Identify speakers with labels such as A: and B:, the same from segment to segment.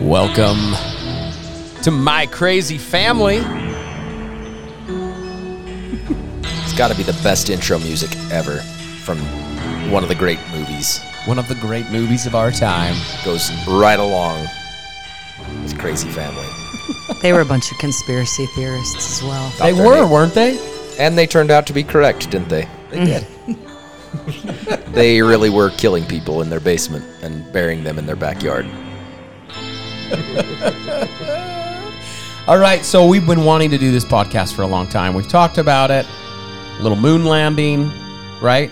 A: Welcome to my crazy family.
B: It's got to be the best intro music ever from one of the great movies.
A: One of the great movies of our time.
B: Goes right along with Crazy Family.
C: They were a bunch of conspiracy theorists as well.
B: Thought
A: they
B: their
A: were,
B: name-
A: weren't they?
B: and they turned out to be correct, didn't they? They did. they really were killing people in their basement and burying them in their backyard.
A: All right, so we've been wanting to do this podcast for a long time. We've talked about it. Little moon landing, right?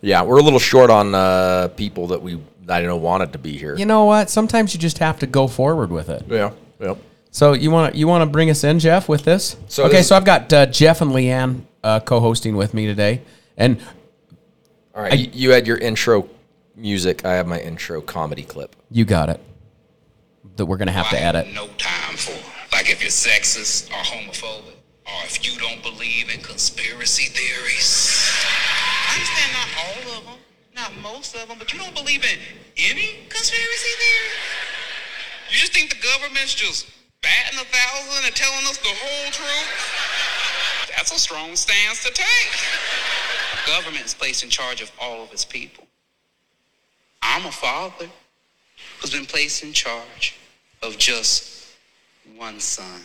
B: Yeah, we're a little short on uh, people that we I don't know wanted to be here.
A: You know what? Sometimes you just have to go forward with it.
B: Yeah, yeah.
A: So you want to you want to bring us in, Jeff, with this?
B: So
A: okay,
B: this-
A: so I've got uh, Jeff and Leanne uh, co-hosting with me today, and
B: All right, y- you had your intro music. I have my intro comedy clip.
A: you got it. That we're gonna have to
D: I
A: edit.
D: have No time for. Like if you're sexist or homophobic, or if you don't believe in conspiracy theories.
E: I understand not all of them, not most of them, but you don't believe in any conspiracy theory?
D: You just think the government's just batting a thousand and telling us the whole truth? That's a strong stance to take.
E: The government is placed in charge of all of its people. I'm a father who's been placed in charge of just one son.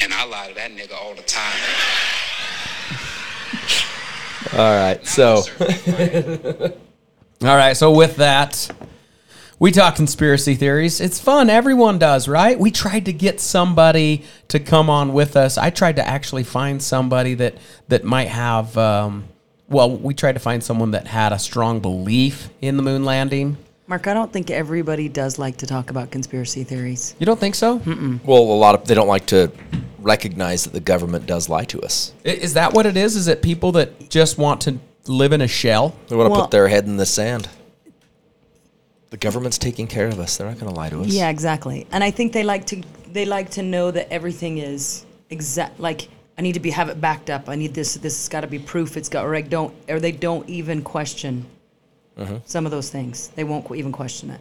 D: And I lie to that nigga all the time.
B: All right, so
A: All right, so with that, we talk conspiracy theories. It's fun. Everyone does, right? We tried to get somebody to come on with us. I tried to actually find somebody that that might have. Um, well, we tried to find someone that had a strong belief in the moon landing.
C: Mark, I don't think everybody does like to talk about conspiracy theories.
A: You don't think so?
B: well, a lot of they don't like to recognize that the government does lie to us.
A: I- Is that what it is? Is it people that just want to live in a shell?
B: They want to
C: Well-
B: put their head in the sand. The government's taking care of us. They're not going to lie to us.
C: Yeah, exactly. And I think they like to they like to know that everything is exact. Like I need to be have it backed up. I need this. This has got to be proof. It's got or I don't or they don't even question
A: Mm-hmm.
C: some of those things. They won't qu- even question it.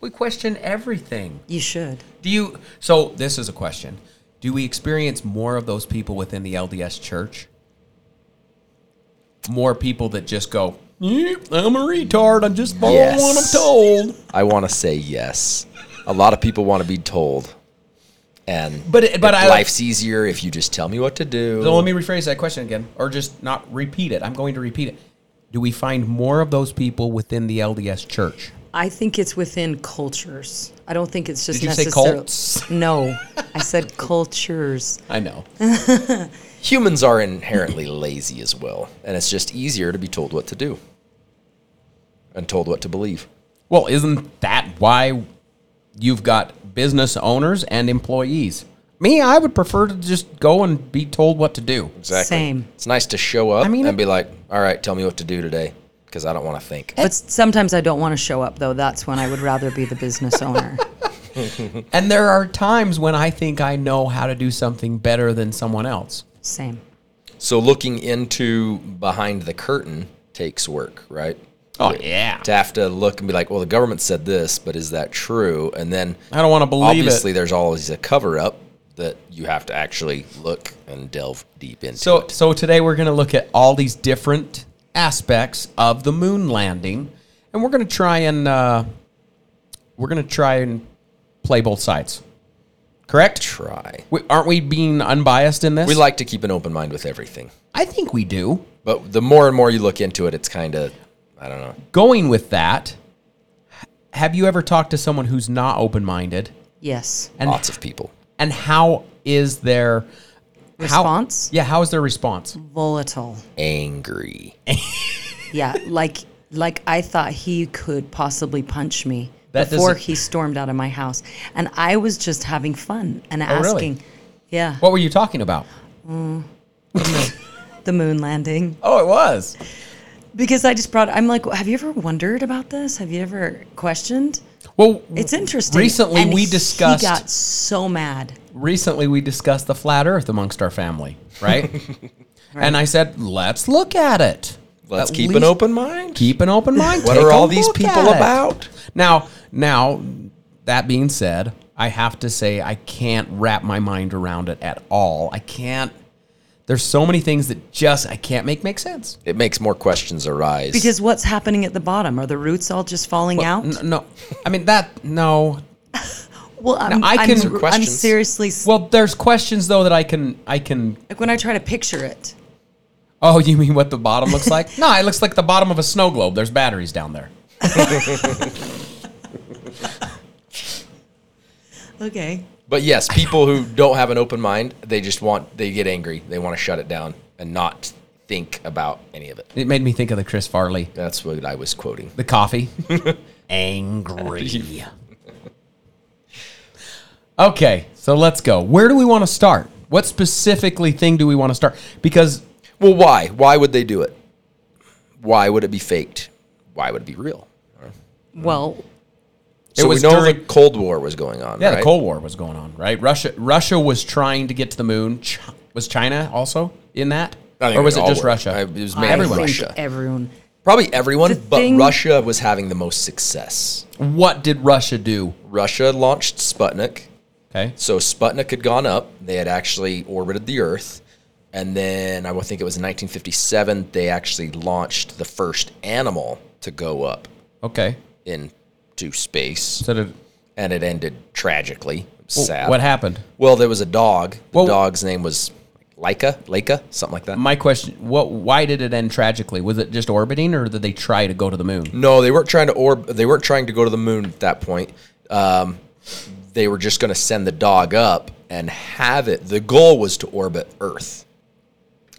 A: We question everything.
C: You should.
A: Do you? So this is a question. Do we experience more of those people within the LDS Church? More people that just go, "Yep, I'm a retard. I'm just following
B: Yes.
A: what I'm told.
B: I want to say yes. A lot of people want to be told, and
A: But it- but
B: if
A: I-
B: life's easier if you just tell me what to do.
A: So let me rephrase that question again, or just not repeat it. I'm going to repeat it. Do we find more of those people within the LDS Church?
C: I think it's within cultures. I don't think it's just
A: Did you say
C: necessar-
A: cults?
C: No, I said cultures.
A: I know.
B: Humans are inherently lazy as well, and it's just easier to be told what to do and told what to believe.
A: Well, isn't that why you've got business owners and employees? Me, I would prefer to just go and be told what to do.
C: Same.
B: It's nice to show up
A: I mean,
B: and
A: it-
B: be like, "All right, tell me what to do today," because I don't want to think.
C: But sometimes I don't want to show up though. That's when I would rather be the business owner.
A: And there are times when I think I know how to do something better than someone else.
C: Same.
B: So looking into behind the curtain takes work, right?
A: Oh yeah.
B: To have to look and be like, well, the government said this, but is that true? And then
A: I don't want to believe
B: obviously
A: it.
B: there's always a cover up that you have to actually look and delve deep into.
A: So
B: it.
A: so today we're going to look at all these different aspects of the moon landing and we're going to try and uh, we're going to try and play both sides. Correct?
B: try.
A: We, aren't we being unbiased in this?
B: We like to keep an open mind with everything,
A: I think we do.
B: but the more and more you look into it, it's kind of I don't know.
A: Going with that, h- have you ever talked to someone who's not open-minded
C: Yes.
A: and
B: lots of people.
A: and how is their how-
C: Response?
A: yeah, how is their response?
C: Volatile.
B: Angry.
C: Yeah, like like I thought he could possibly punch me
A: That
C: before
A: doesn't-
C: he stormed out of my house, and I was just having fun and
A: Oh, really?
C: asking. Yeah,
A: What were you talking about?
C: the moon landing.
A: Oh, it was.
C: Because I just brought. I'm like, have you ever wondered about this? Have you ever questioned?
A: Well,
C: It's interesting.
A: Recently,
C: And
A: we
C: he
A: discussed.
C: got so mad.
A: recently, we discussed the flat Earth amongst our family, right? And I said, let's look at it.
B: Let's
A: At
B: keep an
A: least
B: open mind.
A: Keep an open mind.
B: What
A: Take
B: are
A: a
B: all these
A: look
B: people
A: at it.
B: about?
A: Now, Now, that being said, I have to say I can't wrap my mind around it at all. I can't. There's so many things that just I can't make make sense.
B: It makes more questions arise.
C: Because what's happening at the bottom? Are the roots all just falling out?
A: N- No, I mean that. No,
C: well, I'm,
A: I
C: I'm-
A: can- These are
C: I'm,
B: questions.
C: seriously s-
A: well, there's questions though that I can I can.
C: like when I try to picture it.
A: Oh, you mean what the bottom looks like? no, it looks like the bottom of a snow globe. There's batteries down there.
C: Okay.
B: But yes, people who don't have an open mind, they just want they get angry. They want to shut it down and not think about any of it.
A: It made me think of the Chris Farley,
B: That's what I was quoting.
A: the coffee. Angry. Okay, so let's go. Where do we want to start? What specifically thing do we want to start? Because
B: Well, why? Why would they do it? Why would it be faked? Why would it be real?
C: Well,
A: It
B: So
A: was
B: we know the
A: during-
B: Cold War was going on.
A: yeah,
B: right?
A: the Cold War was going on, right? Russia Russia was trying to get to the moon. Ch- was China also in that?
B: I think
A: Or was
B: we
A: it
B: all
A: just
B: were.
A: Russia?
B: I- it was
C: I
B: mainly
A: Everyone.
C: think
B: Russia.
C: Everyone.
B: Probably everyone,
C: The
B: but
C: thing-
B: Russia was having the most success.
A: what did Russia do?
B: Russia launched Sputnik.
A: Okay.
B: So Sputnik had gone up. They had actually orbited the Earth. And then I would think it was in 1957, they actually launched the first animal to go up
A: Okay.
B: into space.
A: So did
B: And it ended tragically. It was Sad.
A: what happened?
B: Well, there was a dog. The
A: Well-
B: dog's name was Laika, Laika, something like that.
A: My question: What? Why did it end tragically? Was it just orbiting, or did they try to go to the moon?
B: No, they weren't trying to orb. They weren't trying to go to the moon at that point. Um, they were just going to send the dog up and have it. The goal was to orbit Earth.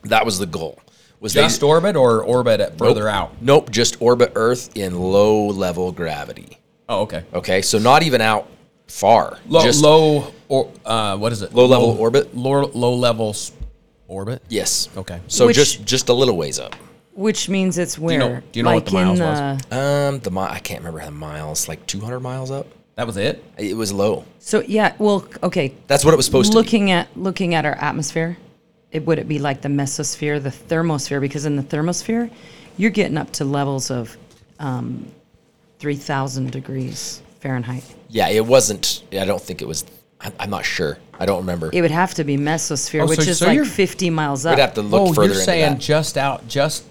B: That was the goal. Was they-
A: Just orbit, or orbit at further
B: Nope.
A: out?
B: Nope, just orbit Earth in low level gravity.
A: Oh, okay.
B: Okay, so not even out far.
A: Low,
B: just,
A: low, or uh, what is it?
B: Low-level orbit?
A: Low, low level s- orbit.
B: Yes.
A: Okay.
B: So
C: Which-
B: just just a little ways up.
C: Which means it's where.
A: you know- do you know what
C: like
A: the miles
C: in,
A: was?
C: uh,
B: Um, the mi- I can't remember how the miles, like 200 miles up.
A: That was it.
B: It was low.
C: So yeah, well, c- okay.
B: That's what it was supposed to be.
C: looking at looking at our atmosphere, it would it be like the mesosphere, the thermosphere? Because in the thermosphere, you're getting up to levels of um, three thousand degrees Fahrenheit.
B: Yeah, it wasn't. I don't think it was. I, I'm not sure. I don't remember.
C: It would have to be mesosphere,
A: Oh,
C: which
A: so-
C: is
A: so
C: like
A: you're-
C: fifty miles
B: We'd have
C: up.
B: to look
A: oh,
B: further
A: you're
B: into
A: saying
B: that.
A: just out, just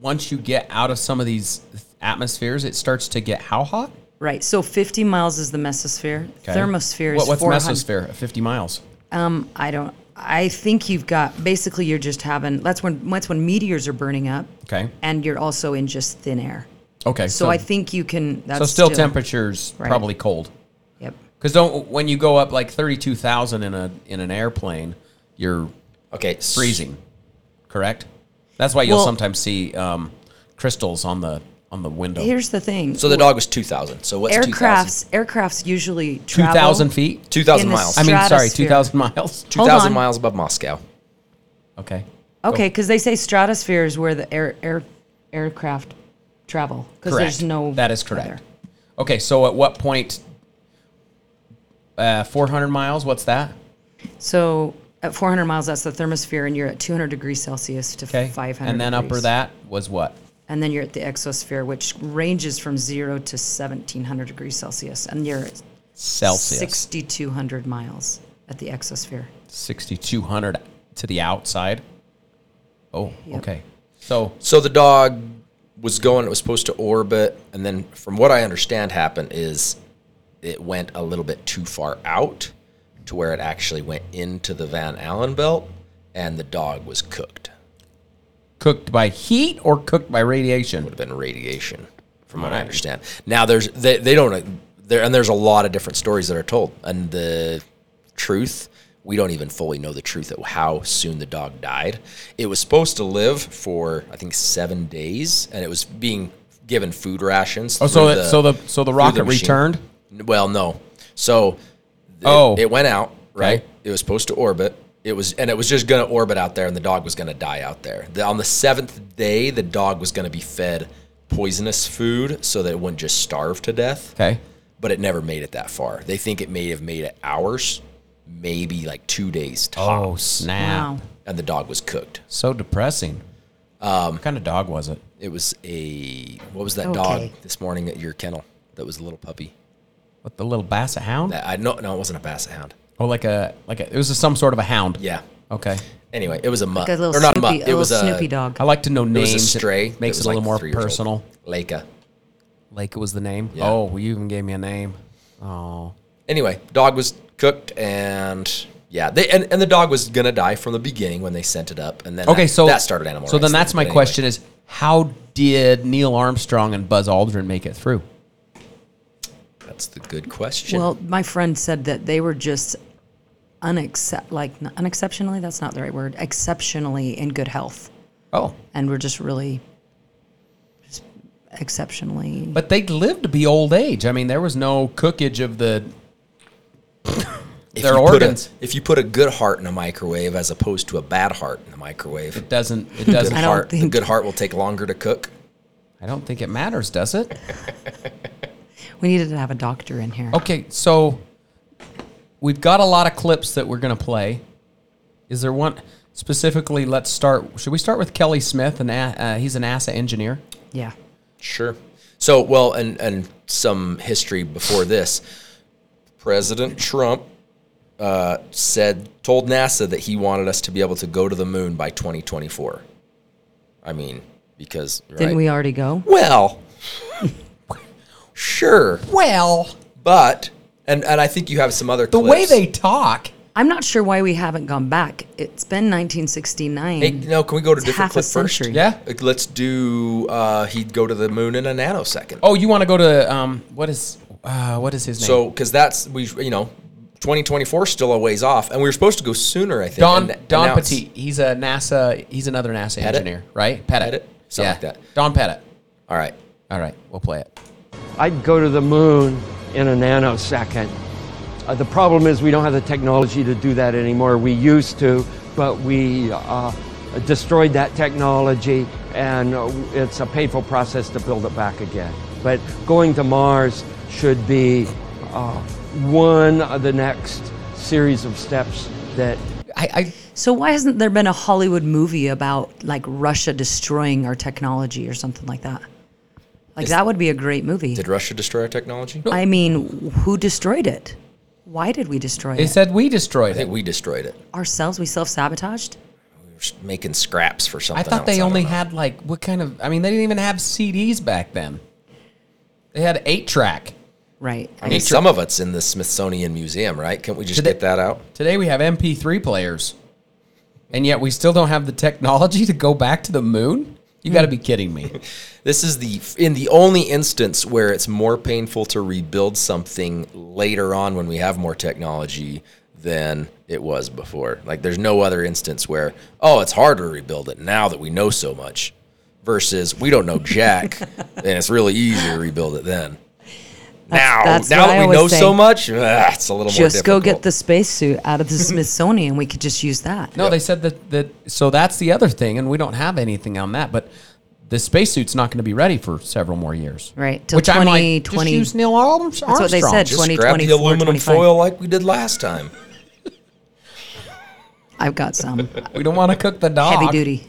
A: once you get out of some of these atmospheres, it starts to get how hot?
C: Right. So fifty miles is the mesosphere.
A: Okay.
C: Thermosphere is
A: What, what's
C: 400
A: mesosphere? Fifty miles.
C: Um, I don't. I think you've got basically you're just having that's when that's when meteors are burning up.
A: Okay.
C: And you're also in just thin air.
A: Okay.
C: So, I think you can. That's
A: so still, temperatures
C: Right.
A: probably cold.
C: Yep.
A: Because don't when you go up like thirty two thousand in a in an airplane, you're
B: Okay, s-
A: freezing, correct? That's why you'll
C: Well-
A: sometimes see um, crystals on the on the window.
C: Here's the thing.
B: So the dog was 2,000. So what's 2,000?
C: aircrafts aircrafts usually
A: two
C: travel
A: thousand feet.
B: 2,000
C: in the
B: miles.
A: I mean, sorry,
C: Stratosphere.
A: two thousand miles.
C: hold
B: 2,000
C: on.
B: miles above Moscow.
A: Okay.
C: Okay, because they say stratosphere is where the air air aircraft travel because
A: Correct.
C: there's no
A: That is correct.
C: weather.
A: Okay, so at what point? Uh, four hundred miles. What's that?
C: So at 400 miles, that's the thermosphere, and you're at 200 degrees Celsius to
A: Okay,
C: 500.
A: and then upper
C: degrees.
A: that was what?
C: and then you're at the exosphere, which ranges from zero to 1700 degrees Celsius, and you're at
A: Celsius.
C: 6200 miles at the exosphere.
A: Sixty two hundred to the outside. Oh, okay. So
B: So the dog was going, it was supposed to orbit. And then from what I understand happened is it went a little bit too far out to where it actually went into the Van Allen belt and the dog was cooked.
A: cooked by heat or cooked by radiation?
B: would have been radiation, from what I understand. Now there's they, they don't uh, there and there's a lot of different stories that are told, and the truth we don't even fully know the truth of how soon the dog died. It was supposed to live for I think seven days, and it was being given food rations.
A: Oh, so
B: through
A: the, so the so the
B: through
A: rocket
B: machine.
A: returned.
B: N- Well, no. So it,
A: Oh.
B: it went out right. It was supposed to orbit. It was and it was just going to orbit out there, and the dog was going to die out there. The, on the seventh day, the dog was going to be fed poisonous food so that it wouldn't just starve to death.
A: Okay.
B: But it never made it that far. They think it may have made it hours, maybe like two days tops,
A: Oh snap!
C: Wow.
B: and the dog was cooked.
A: So depressing. Um, what kind of dog was it?
B: It was a what was that dog
C: Okay.
B: this morning at your kennel? That was a little puppy.
A: What the little basset hound?
B: That- I no, no, it wasn't a basset hound.
A: Oh, like a like a, it was a, some sort of a hound.
B: Yeah.
A: Okay.
B: Anyway, it was a mutt
C: Like a little
B: or not a
C: Snoopy,
B: mutt.
C: a
B: it
C: little
B: was a
C: Snoopy dog.
A: I like to know
B: It was
A: names. It
B: a stray. that
A: makes it,
B: was
A: a little
B: like
A: more
B: three years
A: personal.
B: old. Leica.
A: Lake was the name.
B: Yeah.
A: Oh, well, you even gave me a name. Oh,
B: anyway, dog was cooked and yeah, they and, and the dog was gonna die from the beginning when they sent it up, and then
A: okay.
B: that,
A: So
B: that started animal.
A: So
B: rights
A: then
B: then,
A: that's my
B: but anyway.
A: question: Is how did Neil Armstrong and Buzz Aldrin make it through?
B: That's the good question.
C: Well, my friend said that they were just unaccept like not- unexceptionally. That's not the right word. Exceptionally in good health,
A: Oh,
C: and we're just really just exceptionally.
A: but they lived to be old age. I mean, there was no cookage of the
B: if
A: their
B: you put a-
A: organs.
B: if you put a good heart in a microwave as opposed to a bad heart in the microwave, the
A: doesn't it doesn't.
C: I don't
B: heart, the
C: think-
B: good heart will take longer to cook.
A: I don't think it matters, does it?
C: we needed to have a doctor in here.
A: Okay, so we've got a lot of clips that we're going to play. Is there one specifically? Let's start. Should we start with Kelly Smith? And uh, he's an NASA engineer.
C: Yeah.
B: Sure. So, well, and and some history before this, President Trump uh, said told NASA that he wanted us to be able to go to the moon by 2024. I mean, because
C: Didn't
B: right?
C: we already go?
B: Well, sure,
A: Well,
B: but and and I think you have some other
A: the way
B: clips.
A: they talk.
C: I'm not sure why we haven't gone back. It's been 1969.
B: Hey, no, can we go to
C: It's
B: different
C: half a
B: clip first?
C: century.
A: Yeah.
B: Like, Let's do. Uh, he'd go to the moon in a nanosecond.
A: Oh, you want to go to um? What is uh? What is his name?
B: So, because that's we, you know, 2024 is still a ways off, and we were supposed to go sooner. I think.
A: Don
B: and- and
A: Don
B: now it's-
A: Petit. He's a NASA. He's another NASA
B: Pettit?
A: engineer, right? Pettit.
B: Pettit? Something like that.
A: Don Pettit.
B: All right.
A: All right, we'll play it.
F: I'd go to the moon in a nanosecond. Uh, the problem is we don't have the technology to do that anymore. We used to, but we uh, destroyed that technology, and uh, it's a painful process to build it back again. But going to Mars should be uh, one of the next series of steps that
A: I, I
C: So why hasn't there been a Hollywood movie about like Russia destroying our technology or something like that? Like that would be a great movie.
B: Did Russia destroy our technology?
C: I mean, who destroyed it? Why did we destroy
A: they
C: it?
A: said we destroyed
B: I
A: it.
B: think we destroyed it.
C: Ourselves? We self-sabotaged?
B: We're s- making scraps for something.
A: I thought
B: else,
A: they
B: don't
A: only
B: know.
A: had like what kind of? I mean, they didn't even have CDs back then. They had eight track.
C: Right.
B: I mean, some of it's in the Smithsonian Museum, right? Can't we just
A: Did they-
B: get that out?
A: Today we have MP3 players, and yet we still don't have the technology to go back to the moon. You
B: Hmm.
A: got to be kidding me.
B: This is the in the only instance where it's more painful to rebuild something later on when we have more technology than it was before. Like there's no other instance where oh, it's harder to rebuild it now that we know so much versus we don't know jack and it's really easy to rebuild it then. now,
C: that's
B: now
C: what
B: that
C: I
B: we know
C: always
B: so
C: say.
B: much, ah, it's a little more
C: just go get
B: difficult.
C: the spacesuit out of the Smithsonian. We could just use that.
A: No, they said that that. So that's the other thing, and we don't have anything on that. But the spacesuit's not going to be ready for several more years,
C: Right, till
A: Which I'm like, just
C: 2020.
A: use Neil Arm- Armstrong.
C: what they said.
A: Just-
B: Just grab the
C: 2024,
B: aluminum
C: 25.
B: foil like we did last time.
C: I've got some
A: we don't want to cook the dog.
B: Ah.
C: heavy duty.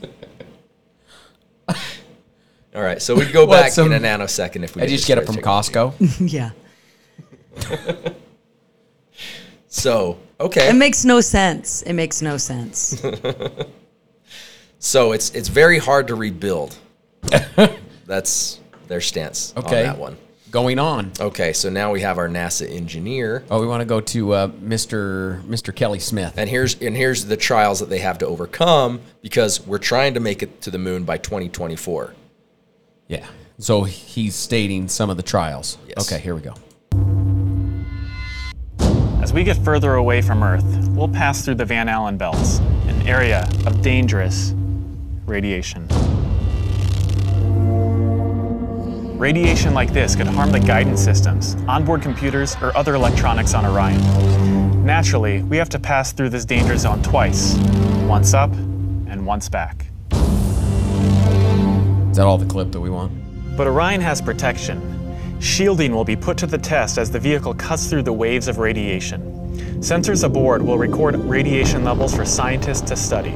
B: All right, so we go
A: What,
B: back
A: some-
B: in a nanosecond if we
A: I
B: did
A: just get it
B: destroy
A: from
B: technology.
A: Costco.
C: yeah.
B: So okay,
C: It makes no sense. It makes no sense.
B: So it's it's very hard to rebuild. That's their stance
A: Okay,
B: on that one.
A: Going on.
B: Okay, so now we have our NASA engineer,
A: Oh, we want to go to uh, Mr. Mr. Kelly Smith.
B: and here's and here's the trials that they have to overcome because we're trying to make it to the moon by 2024.
A: Yeah. So he's stating some of the trials.
B: Yes.
A: Okay, here we go.
G: As we get further away from Earth, we'll pass through the Van Allen belts, an area of dangerous radiation. Radiation like this could harm the guidance systems, onboard computers, or other electronics on Orion. Naturally, we have to pass through this danger zone twice once up and once back.
A: Is that all the clip that we want?
G: But Orion has protection. Shielding will be put to the test as the vehicle cuts through the waves of radiation. Sensors aboard will record radiation levels for scientists to study.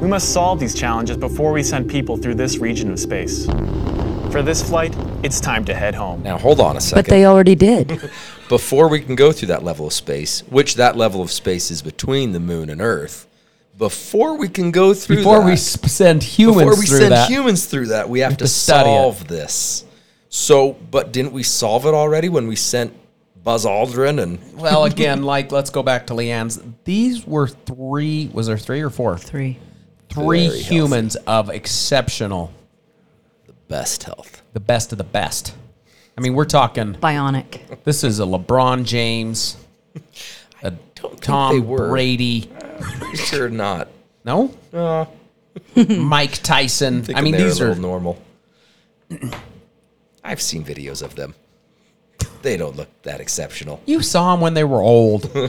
G: We must solve these challenges before we send people through this region of space. For this flight, it's time to head home.
B: Now hold on a second.
C: already did.
B: But, before we can go through that level of space, which that level of space is between the moon and Earth, before we can go through
A: Before we
B: that-
A: sp- send humans
B: before we
A: through
B: send
A: that,
B: humans through that, we have to,
A: to study it.
B: solve this. So, but didn't we solve it already when we sent Buzz Aldrin and
A: well, again, like let's go back to Leanne's. These were three. Was there three or four?
C: Three.
A: Three
B: Very healthy.
A: humans of exceptional,
B: best health?
A: the best of the best. I mean, we're talking.
C: Bionic.
A: This is a LeBron James, a Tom
B: they were.
A: Brady.
B: Pretty sure not.
A: No.
B: Uh.
A: Mike Tyson. I
B: Thinking
A: mean,
B: they're
A: these
B: a
A: are
B: little normal. I've seen videos of them. They don't look that exceptional.
A: you saw them when they were old.
B: No,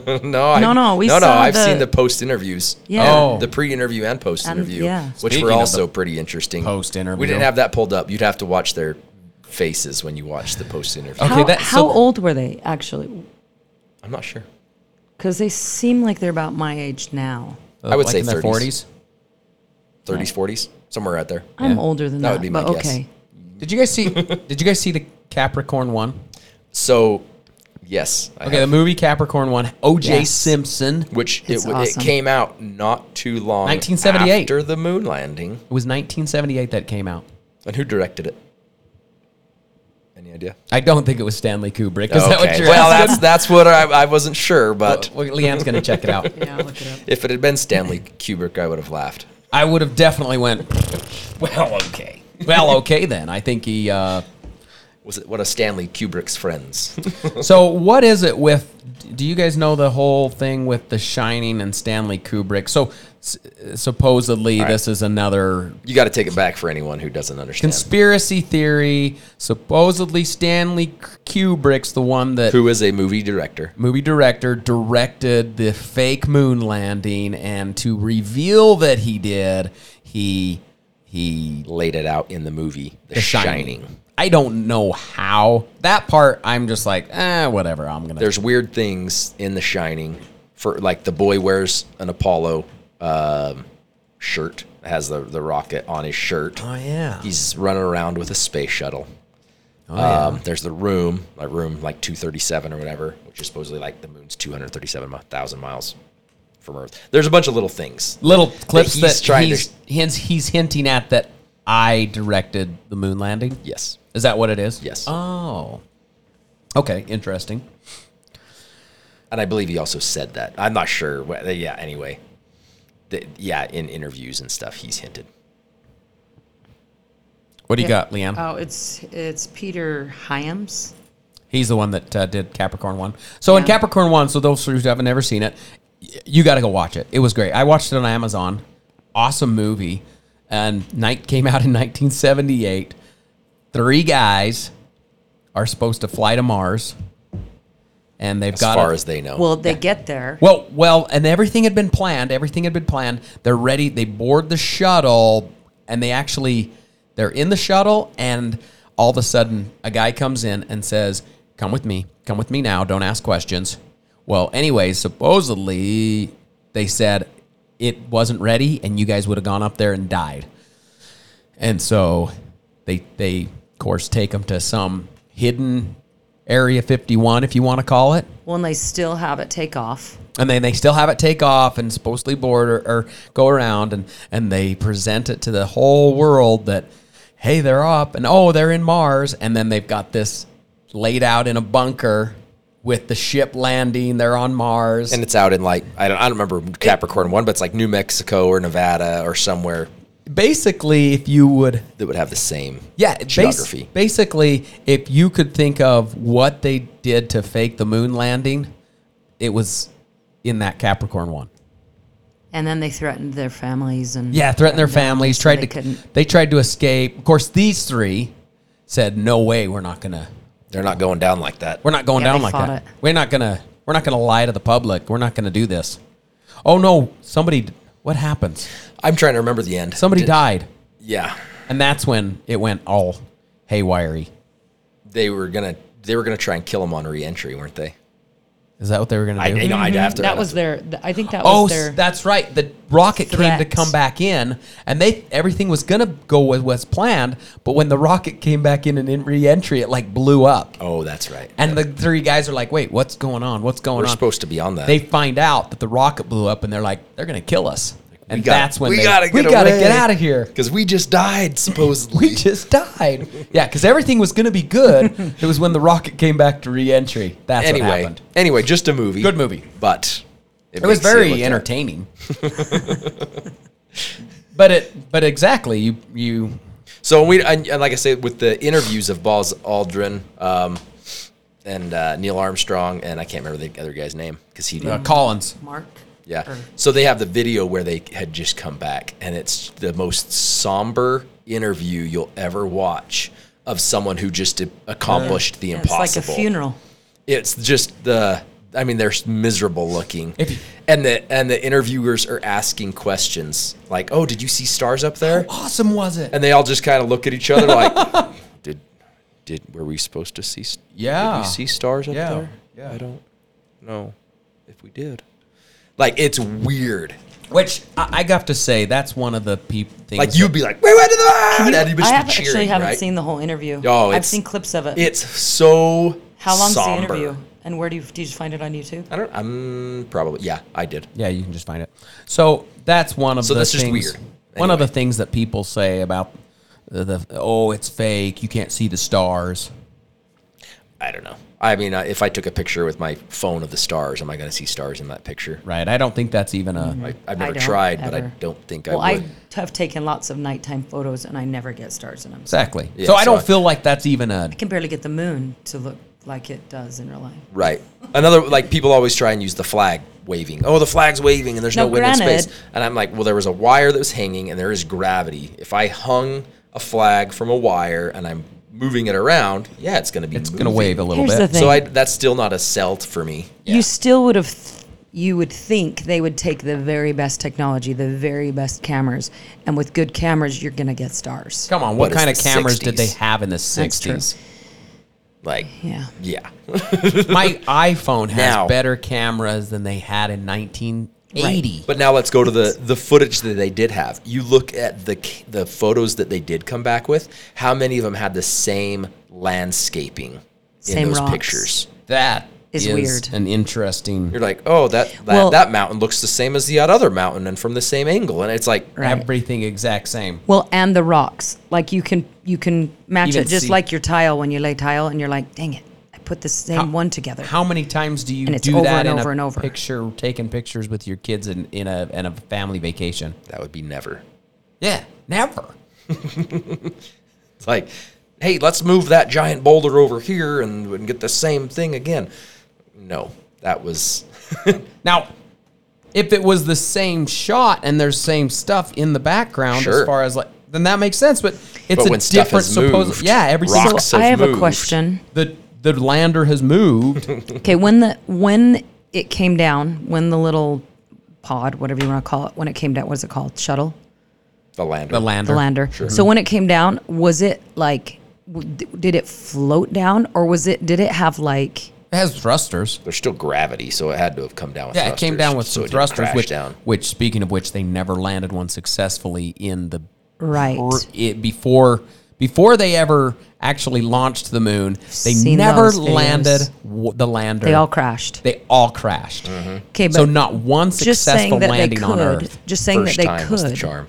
B: I,
C: No, no, we
B: no, no.
C: saw
B: I've
C: the-
B: seen the post interviews.
C: Yeah.
A: Oh.
B: the pre-interview and post-interview,
C: yeah.
B: which
A: Speaking
B: were
A: of
B: also
A: the
B: pretty interesting.
A: post-interview.
B: We didn't have that pulled up. You'd have to watch their faces when you watch the post-interview.
A: Okay,
C: how
A: that-
C: how
A: so-
C: old were they actually?
B: I'm not sure.
C: Because they seem like they're about my age now.
B: I would
A: Like
B: say
A: in their 40s.
B: 30s. 30s, 40s, somewhere out there.
C: I'm older than
B: That
C: that.
B: would be my
C: but
B: guess.
C: okay.
A: Did you guys see? did you guys see the Capricorn one?
B: So, yes. I
A: Okay, the
B: have.
A: movie Capricorn one. O.J.
C: Yes.
A: Simpson. It
B: which it,
C: It's
B: w-
C: awesome.
B: it came out not too long
A: 1978.
B: after the moon landing.
A: was 1978 that came out.
B: And who directed it? Any idea?
A: I don't think it was Stanley Kubrick. Is that what you're
B: well,
A: asking?
B: that's that's what I, I wasn't sure, but
A: Well, Leanne's gonna check it out.
C: Yeah, look it up.
B: if it had been Stanley Kubrick, I would have laughed.
A: I would have definitely went. Well, okay. Well, okay then. I think he. Uh,
B: Was it one of Stanley Kubrick's friends?
A: so, what is it with? Do you guys know the whole thing with The Shining and Stanley Kubrick? So, s- supposedly, this is another
B: you got to take it back for anyone who doesn't understand.
A: conspiracy theory. Supposedly, Stanley Kubrick's the one that
B: who is a movie director?
A: movie director directed the fake moon landing, and to reveal that he did, he he
B: Laid it out in the movie The,
A: The
B: Shining.
A: Shining. I don't know how that part. I'm just like, eh, whatever. I'm gonna.
B: There's weird things in The Shining for like the boy wears an Apollo um, shirt, has the the rocket on his shirt.
A: oh yeah.
B: He's running around with a space shuttle.
A: Oh, yeah.
B: Um, there's the room, like room like 237 or whatever, which is supposedly like the moon's 237,000 miles from Earth. There's a bunch of little things.
A: Little clips
B: he's
A: that
B: trying to-
A: he's, he's he's hinting at that I directed the moon landing.
B: Yes.
A: Is that what it is?
B: Yes.
A: Oh. Okay. Interesting.
B: And I believe he also said that. I'm not sure. wh- Yeah, anyway. The, yeah, in interviews and stuff, he's hinted.
A: What do you got, Leanne?
C: Oh, it's it's Peter Hyams.
A: He's the one that uh, did Capricorn One. So in
C: Yeah.
A: Capricorn One, so those who haven't never seen it, y- you got to go watch it. It was great. I watched it on Amazon. Awesome movie. And Night came out in 1978. Three guys are supposed to fly to Mars, and they've
B: As
A: got
B: far
A: a-
B: as they know.
C: Well, they get there.
A: well, well, and everything had been planned. Everything had been planned. They're ready. They board the shuttle, and they actually they're in the shuttle, and all of a sudden, a guy comes in and says, "Come with me. Come with me now. Don't ask questions." Well, anyways, supposedly they said it wasn't ready, and you guys would have gone up there and died. And so they they of course take them to some hidden area 51 if you want to call it
C: Well, and they still have it take off.
A: and then they still have it take off and supposedly board or, or go around and and they present it to the whole world that hey they're up and oh they're in mars and then they've got this laid out in a bunker with the ship landing they're on mars
B: and it's out in like, I don't, I don't remember Capricorn 1, but it's like New Mexico or Nevada or somewhere
A: basically if you would
B: that would have the same
A: yeah bas-
B: geography.
A: basically if you could think of what they did to fake the moon landing it was in that capricorn one
C: And then they threatened their families and
A: Yeah, threatened their families. Tried
C: they
A: to
C: couldn't.
A: they tried to escape. Of course, these three said, "No way, we're not gonna
B: They're not going down like that.
A: we're not going
C: Yeah,
A: down
C: they
A: like
C: fought
A: that.
C: it.
A: We're not gonna we're not gonna lie to the public. We're not gonna do this." Oh no! Somebody, what happens?
B: I'm trying to remember the end.
A: Somebody
B: Did-
A: died,
B: Yeah.
A: and that's when it went all haywirey.
B: They were going to they were going to try and kill him on re-entry, weren't they?
A: Is that what they were going to
B: I,
A: do?
B: you know, I'd have to.
C: That was their. th- I think that
A: Oh,
C: was their.
A: s- that's right. The rocket
C: threat.
A: came to come back in, and they everything was gonna go as was planned. But when the rocket came back in and in re-entry, it like blew up.
B: Oh, that's right.
A: And the three guys are like, "Wait, what's going on? What's going
B: We're
A: on?"
B: supposed to be on that.
A: They find out that the rocket blew up, and they're like, "They're gonna kill us." And
B: gotta-
A: that's when
B: we
A: they-
B: gotta get
A: we gotta
B: away.
A: get out of here.
B: because we just died supposedly.
A: We just died. yeah, because everything was gonna be good. it was when the rocket came back to re-entry. That's what
B: anyway,
A: happened.
B: anyway, just a movie.
A: Good movie.
B: but
A: It was
B: makes you look
A: very
B: at-
A: entertaining. but it, but exactly, you you
B: So we and, and like I say, with the interviews of Balls Aldrin um, and uh, Neil Armstrong, and I can't remember the other guy's name because he
A: uh, Collins.
C: Mark.
B: Yeah. So they have the video where they had just come back, and it's the most somber interview you'll ever watch of someone who just a- accomplished the
C: It's
B: impossible.
C: like a funeral.
B: It's just the. I mean, they're s- miserable looking,
A: If you-
B: and the and the interviewers are asking questions like, "Oh, did you see stars up there?"
A: Awesome was it?
B: And they all just kind of look at each other like, "Did did were we supposed to see? s- did
A: Yeah.
B: we see stars up
A: Yeah.
B: there?
A: Yeah.
B: I don't know if we did. Like, it's weird.
A: Which I, I have to say, that's one of the peop things.
B: Like you'd
A: that-
B: be like, we went to the and you'd
C: I
B: just be
C: have, actually
B: cheering,
C: haven't
B: right?
C: seen the whole interview.
B: Oh,
C: I've
B: it's-
C: seen clips of it.
B: It's so
C: How long's
B: somber.
C: the interview? And where do you, do you find it on YouTube?
B: I don't. I'm probably yeah. I did.
A: yeah, you can just find it. So that's one of
B: So
A: the
B: that's just
A: things.
B: weird.
A: One of the
B: Anyway.
A: things that people say about the, the oh, it's fake. You can't see the stars.
B: I don't know. I mean, uh, if I took a picture with my phone of the stars, am I going to see stars in that picture?
A: Right. I don't think that's even a.
B: I, I've never
C: don't
B: tried, but I
C: ever.
B: don't think
C: Well,
B: I
C: I
B: would.
C: have taken lots of nighttime photos, and I never get stars in them.
A: Exactly.
B: Yeah,
A: so I
B: so
A: don't
B: I-
A: feel like that's even a.
C: I can barely get the moon to look like it does in real life.
B: Right. Another like people always try and use the flag waving. Oh, the flag's waving, and there's
C: Now,
B: no wind in
C: granted-
B: space. And I'm like, well, there was a wire that was hanging, and there is gravity. If I hung a flag from a wire and I'm moving it around, yeah, it's going to be.
A: It's going to wave a little
C: Here's the
A: bit.
C: thing.
B: So I, that's still not a celt for me.
C: You still would have, th- you would think they would take the very best technology, the very best cameras, and with good cameras, you're gonna get stars.
A: Come on, what
B: But it's
A: kind of
B: the
A: cameras did they
B: 60s.
A: have in the
C: true.
A: sixties?
B: Like,
C: Yeah.
B: yeah.
A: My iPhone has
B: Now.
A: better cameras than they had in 1980.
B: But now let's go to the the footage that they did have. You look at the c- the photos that they did come back with. How many of them had the same landscaping
C: Same
B: in those
C: rocks.
B: pictures?
A: that
C: Is
A: is,
C: weird.
A: An interesting.
B: You're like, oh, that that,
C: Well-
B: that mountain looks the same as the other mountain, and from the same angle, and it's like,
C: Right.
A: Everything exact same.
C: Well, and the rocks, like you can you can match
A: Even
C: it just
A: see-
C: like your tile when you lay tile, and you're like, dang it, I put the same
A: How-
C: one together.
A: How many times do you
C: And it's
A: do
C: over
A: that in
C: and over
A: a
C: and over.
A: picture, taking pictures with your kids in, in a in a family vacation?
B: that would be never.
A: Yeah, never.
B: It's like, hey, let's move that giant boulder over here and, and get the same thing again. No, that was
A: Now, if it was the same shot and there's same stuff in the background
B: Sure.
A: as far as like, then that makes sense. But it's
B: But
A: a
B: when stuff
A: different
B: has
A: supposed.
B: moved,
A: Yeah, every
B: rocks
A: single
B: have
C: I have a
B: moved.
C: question.
A: the the lander has moved.
C: Okay, when the when it came down, when the little pod, whatever you want to call it, when it came down, what is it called? Shuttle,
B: the lander.
A: the lander.
C: the lander. So when it came down, was it like, w- d- did it float down, or was it? Did it have like?
A: It has thrusters.
B: There's still gravity, so it had to have come down with
A: Yeah, it
B: thrusters.
A: came down with
B: so
A: some
B: it didn't
A: thrusters,
B: crash
A: which,
B: down.
A: which speaking of which, they never landed one successfully in the
C: Right.
A: or it before before they ever actually launched the moon. They
C: Seen
A: never
C: those videos.
A: landed w- the lander.
C: They all crashed.
A: They all crashed.
B: Mm-hmm.
C: Okay, but
A: So not one
C: just saying
A: successful
C: that they
A: landing
C: could.
A: on Earth.
C: Just saying
B: First
C: that they
B: time was the
C: could.
B: charm.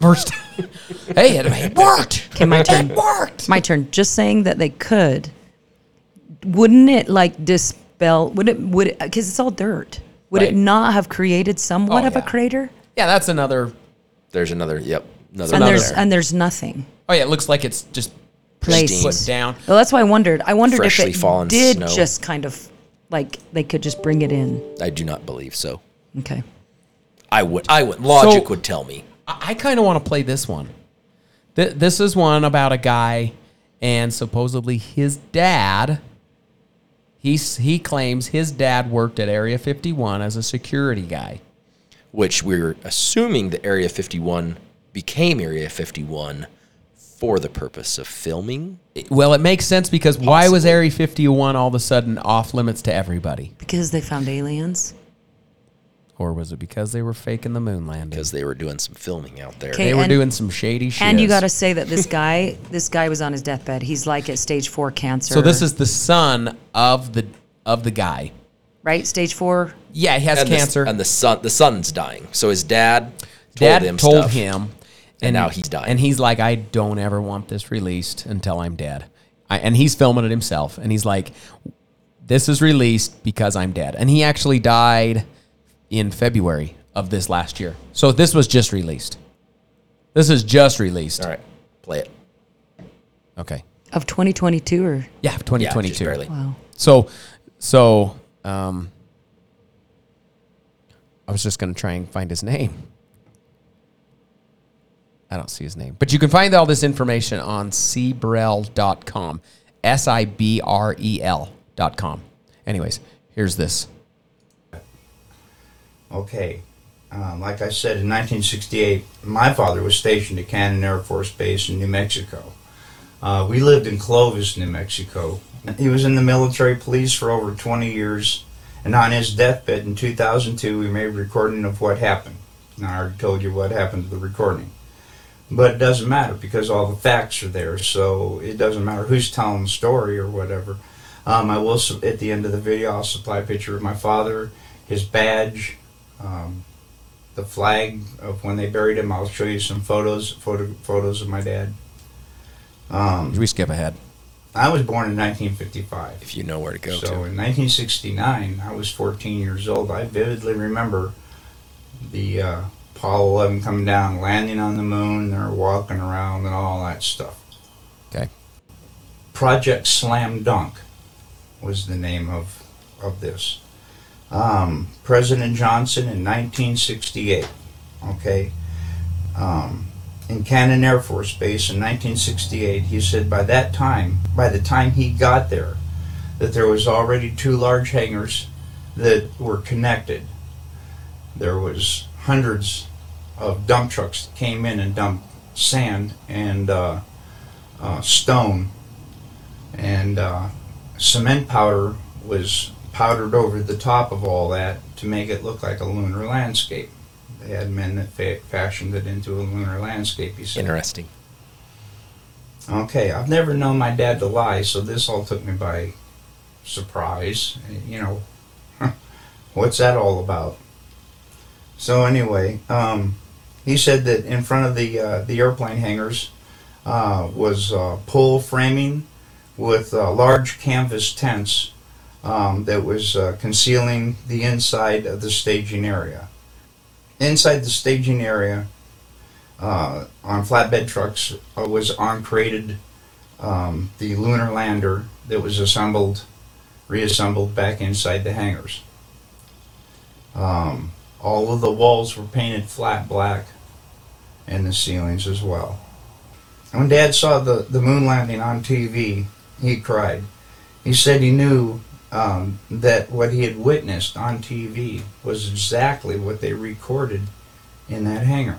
A: First, hey, it, it worked.
C: Okay, my turn.
A: It worked.
C: My turn. Just saying that they could. Wouldn't it like dispel? Would it? Would it? Because it's all dirt. Would
B: Right.
C: it not have created somewhat
B: Oh,
C: of a
B: yeah.
C: crater?
A: yeah, that's another.
B: There's another. Yep. Another.
C: And
A: Not
C: there's
A: there.
C: and there's nothing.
A: Oh yeah, it looks like it's just
C: Place.
A: put down.
C: Well, that's why I wondered. I wondered
B: Freshly
C: if
B: fallen
C: it did
B: snow.
C: just kind of like they could just bring it in.
B: I do not believe so.
C: Okay.
B: I would. I would. Logic
A: So-
B: would tell me.
A: I, I kind of want to play this one. Th- this is one about a guy, and supposedly his dad. He s- he claims his dad worked at Area 51 as a security guy.
B: which we're assuming the Area 51 became Area 51 for the purpose of filming.
A: Well, it makes sense because why was Area 51 all of a sudden off limits to everybody?
C: Because they found aliens.
A: Or was it because they were faking the moon landing?
B: because they were doing some filming out there.
C: Okay.
A: They were
C: and-
A: doing some shady shit.
C: And you got to say that this guy, this guy was on his deathbed. He's like at stage four cancer.
A: So this is the son of the of the guy.
C: right stage four.
A: Yeah, he has
B: And the-
A: cancer.
B: and the son, the son's dying. So his dad told
A: Dad
B: him
A: told
B: stuff.
A: him, and,
B: now he's dying.
A: And he's like, I don't ever want this released until I'm dead. I, and he's filming it himself, and he's like, This is released because I'm dead. And he actually died in February of this last year. So this was just released. This is just released.
B: All right, play it.
A: Okay.
C: Of 2022 or
A: Yeah,
B: Yeah, just
A: 2022.
B: barely.
C: wow.
A: So, so, um, I was just going to try and find his name. I don't see his name, but you can find all this information on cbrel.com, S I B R E L.com. Anyways, here's this.
H: Okay. Um, like I said, in 1968, my father was stationed at Cannon Air Force Base in New Mexico. Uh, we lived in Clovis, New Mexico. He was in the military police for over 20 years, and on his deathbed in 2002, we made a recording of what happened. Now, I already told you what happened to the recording. But it doesn't matter because all the facts are there, so it doesn't matter who's telling the story or whatever. Um, I will, su- at the end of the video, I'll supply a picture of my father, his badge, um, the flag of when they buried him. I'll show you some photos, photo, photos of my dad. Um,
A: We skip ahead.
H: I was born in 1955.
B: If you know where to go
H: So
B: to.
H: in 1969, I was 14 years old. I vividly remember the uh, Apollo 11 coming down, landing on the moon, they're walking around, and all that stuff.
A: Okay.
H: Project Slam Dunk was the name of of this. Um, President Johnson in 1968. Okay. Um, in Cannon Air Force Base in 1968, he said by that time, by the time he got there, that there was already two large hangars that were connected. There was hundreds of dump trucks that came in and dumped sand and uh, uh, stone and uh, cement powder was powdered over the top of all that to make it look like a lunar landscape. They had men that fa- fashioned it into a lunar landscape. You said,
B: Interesting.
H: "Okay, I've never known my dad to lie, so this all took me by surprise. You know, what's that all about?" So anyway, um, he said that in front of the uh, the airplane hangars uh, was uh, pole framing with uh, large canvas tents um, that was uh, concealing the inside of the staging area. Inside the staging area, uh, on flatbed trucks, uh, was uncrated um, the lunar lander that was assembled, reassembled back inside the hangars. Um, all of the walls were painted flat black, and the ceilings as well. When Dad saw the, the moon landing on TV, he cried. He said he knew um, that what he had witnessed on TV was exactly what they recorded in that hangar.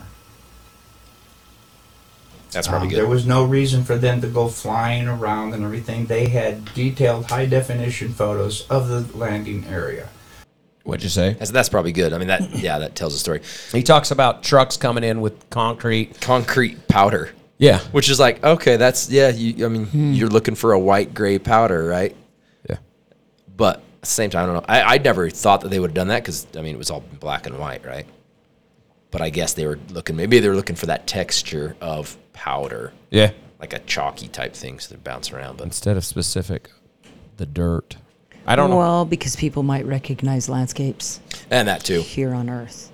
B: That's probably
H: Um,
B: good.
H: There was no reason for them to go flying around and everything. They had detailed, high definition photos of the landing area.
A: What'd you say?
B: that's, that's probably good. I mean, that yeah, that tells a story.
A: He talks about trucks coming in with concrete.
B: Concrete powder,
A: Yeah.
B: which is like okay, that's yeah. You, I mean,
A: Hmm.
B: you're looking for a white gray powder, right?
A: Yeah.
B: But at the same time, I don't know. I I never thought that they would have done that because I mean, it was all black and white, right? But I guess they were looking. Maybe they were looking for that texture of powder,
A: Yeah.
B: like a chalky type thing, so they bounce around. But
A: Instead of specific, the dirt. I don't know.
C: Well, because people might recognize landscapes
B: and that too.
C: here on Earth.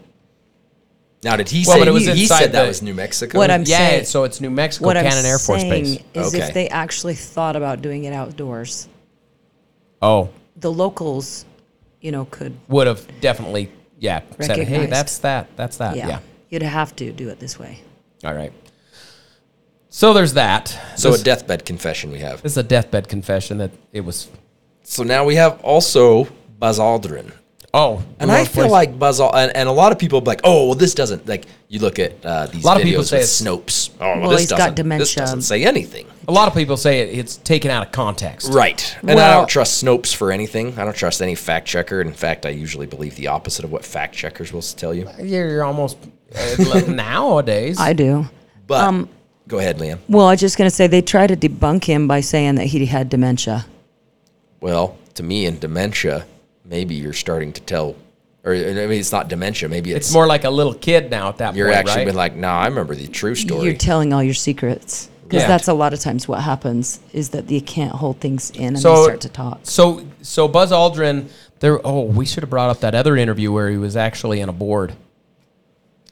B: Now, did he
A: Well,
B: say?
A: but it was
B: he, he
A: inside
B: said that
A: the-
B: was New Mexico.
C: What I'm
A: yeah,
C: saying-
A: so it's New Mexico
C: What
A: Cannon
C: I'm
A: Air Force
C: saying
A: Base.
C: is,
B: Okay.
C: if they actually thought about doing it outdoors,
A: Oh,
C: the locals, you know, could
A: would have definitely yeah said hey
C: Recognized.
A: that's that that's that Uh, yeah.
C: yeah, you'd have to do it this way.
A: all right so there's that
B: so a
A: this,
B: deathbed confession we have.
A: this is a deathbed confession that it was
B: So now we have also Buzz Aldrin.
A: Oh,
B: And I feel like Buzz All, and, and a lot of people be like, oh, well, this doesn't like. You look at uh, these
A: A lot
B: videos
A: of people say
B: with
A: it's-
B: Snopes. Oh, well,
C: Well,
B: this
C: he's got
B: doesn't, This
C: dementia.
B: doesn't say anything,
A: a lot of people say it, it's taken out of context.
B: right? And I
C: Well-
B: don't trust Snopes for anything. I don't trust any fact checker. In fact, I usually believe the opposite of what fact checkers will tell you.
A: You're almost uh, nowadays.
C: I do.
B: But
I: Um,
B: go ahead, Liam.
C: Well, I was just going to say they try to debunk him by saying that he had dementia.
B: Well, to me, in dementia, maybe you're starting to tell, or I mean, it's not dementia. Maybe it's,
A: it's more like a little kid now at that
B: You're
A: point.
B: actually
A: right?
B: been like, no, nah, I remember the true story.
C: You're telling all your secrets. Because
A: Yeah.
C: that's a lot of times what happens is that you can't hold things in and
A: so
C: they start to talk.
A: So so Buzz Aldrin, there. Oh, we should have brought up that other interview where he was actually in a board.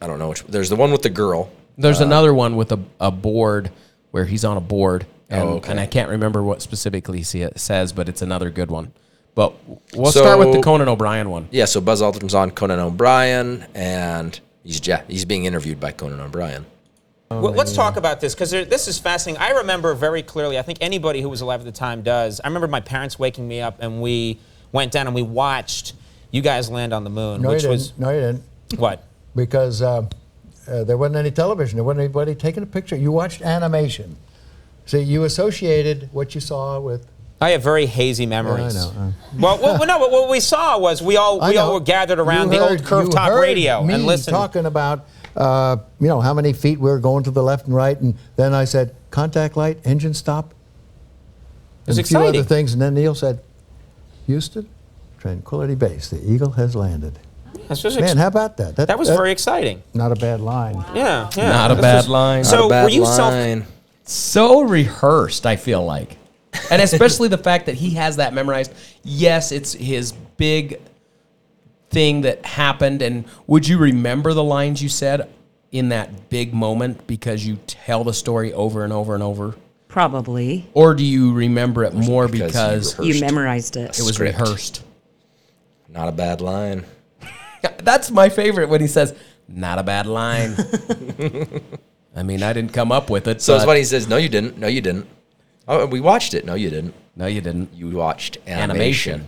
B: I don't know which. There's the one with the girl.
A: There's another one with a, a board where he's on a board, and,
B: Oh, okay.
A: and I can't remember what specifically he says, but it's another good one. But we'll
B: So-
A: start with the Conan O'Brien one.
B: Yeah, so Buzz Aldrin's on Conan O'Brien, and he's yeah, he's being interviewed by Conan O'Brien.
J: Oh,
I: Well, let's talk about this because this is fascinating. I remember very clearly. I think anybody who was alive at the time does. I remember my parents waking me up, and we went down and we watched you guys land on the moon,
J: No, you
I: which
J: didn't.
I: was
J: no, you didn't.
I: what?
J: Because uh, uh, there wasn't any television. There wasn't anybody taking a picture. You watched animation. See, you associated what you saw with.
I: I have very hazy memories.
J: know, uh.
I: well, well, well, no. What, what we saw was we all
J: I
I: we all
J: know.
I: were gathered around
J: You
I: the
J: heard-
I: old curved
J: you
I: top
J: heard
I: radio
J: me
I: and listened.
J: talking about uh, you know how many feet we were going to the left and right, and then I said contact light, engine stop,
I: It's
J: and a few other
I: exciting.
J: things, and then Neil said, "Houston, Tranquility Base, the Eagle has landed."
I: This was ex-
J: Man, how about that?
I: that was very exciting.
J: not a bad line.
I: Yeah, yeah.
A: Not a
I: This
A: bad
I: was-
A: line.
I: So
B: Bad
I: were you self?
B: line.
A: so rehearsed, I feel like. And especially the fact that he has that memorized. Yes, it's his big thing that happened. And would you remember the lines you said in that big moment because you tell the story over and over and over?
C: Probably.
A: Or do you remember it more
B: because you
A: because,
B: rehearsed.
C: You
B: First.
C: memorized it.
A: it was
B: Script.
A: rehearsed?
B: Not a bad line.
A: That's my favorite when he says, not a bad line. I mean, I didn't come up with it.
B: So it's
A: but-
B: funny. He says, "No, you didn't. No, you didn't. Oh, we watched it. No, you didn't.
A: No, you didn't.
B: You watched animation.
A: Animation.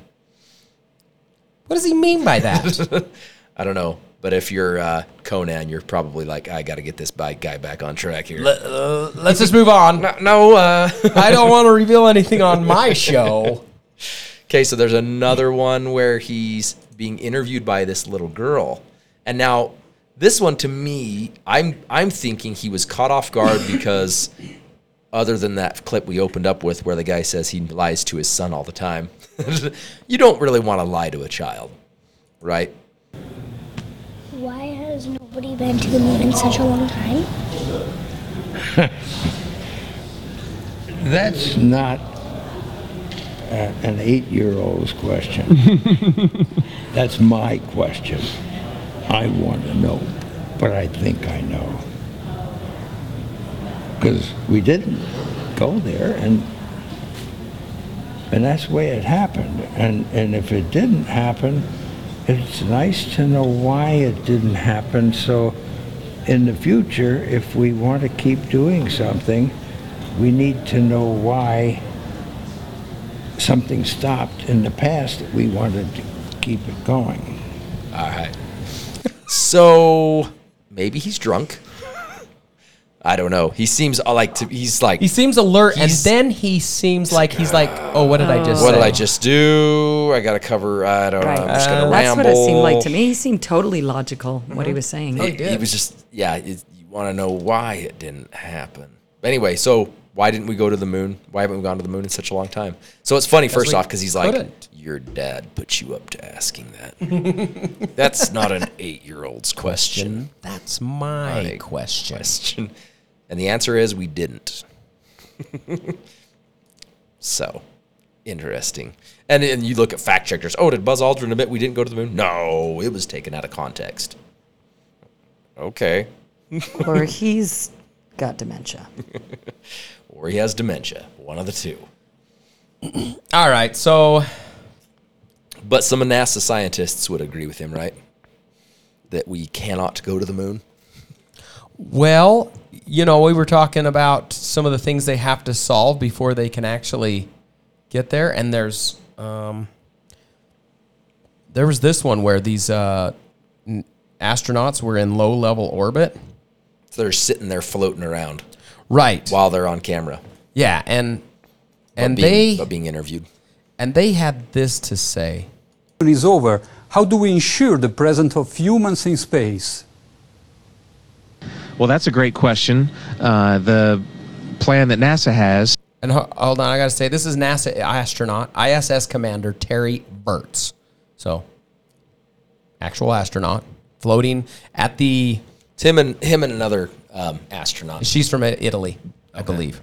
A: What does he mean by that?
B: I don't know, but if you're uh, Conan, you're probably like, I got to get this bike guy back on track here.
A: Let's just move on.
B: no. uh...
A: I don't want to reveal anything on my show.
B: Okay, so there's another one where he's being interviewed by this little girl. And now this one to me, I'm I'm thinking he was caught off guard because other than that clip we opened up with where the guy says he lies to his son all the time. you don't really want to lie to a child, right?
K: Why has nobody been to the moon in such a long time?
L: That's not a- an eight-year-old's question. That's my question. I want to know, but I think I know. Because we didn't go there, and and that's the way it happened. And and if it didn't happen, it's nice to know why it didn't happen. So, in the future, if we want to keep doing something, we need to know why something stopped in the past that we wanted to keep it going.
B: All right. So maybe he's drunk. I don't know. He seems uh, like to, he's like
A: He seems alert,
B: He's-
A: and then he seems like he's like, oh, what did I just? say?
B: what did I just do? I got to cover. I don't
C: Right.
B: know.
C: Uh,
B: uh, I'm just gonna
C: That's
B: ramble. Mm-hmm.
C: what it seemed like to me. He seemed totally logical, what he was saying.
B: It, it was just yeah. It, you want to know why it didn't happen? Anyway, so why didn't we go to the moon? Why haven't we gone to the moon in such a long time? So it's funny first
A: we
B: off because he's like,
A: couldn't.
B: your dad put you up to asking that. That's not an eight-year-old's question.
A: That's my
B: Right.
A: question.
B: Question, and the answer is we didn't. so interesting. And and you look at fact checkers. Oh, did Buzz Aldrin admit we didn't go to the moon? No, it was taken out of context. Okay.
C: or he's got dementia.
B: or he has dementia. One of the two.
A: All right, so
B: But some NASA scientists would agree with him, right? That we cannot go to the moon.
A: well, you know, we were talking about some of the things they have to solve before they can actually get there, and there's um, there was this one where these uh, n- astronauts were in low level orbit.
B: So they're sitting there floating around
A: Right.
B: while they're on camera.
A: Yeah, and
B: but
A: and
B: being-
A: they
B: but being interviewed.
A: and they had this to say.
M: is over, how do we ensure the presence of humans in space?
N: Well, that's a great question. Uh, the plan that NASA has.
A: And ho- hold on, I got to say this is NASA astronaut ISS commander Terry Burtz. So actual astronaut floating at the
B: It's him and him and another um, astronaut.
A: She's from I- Italy, I believe.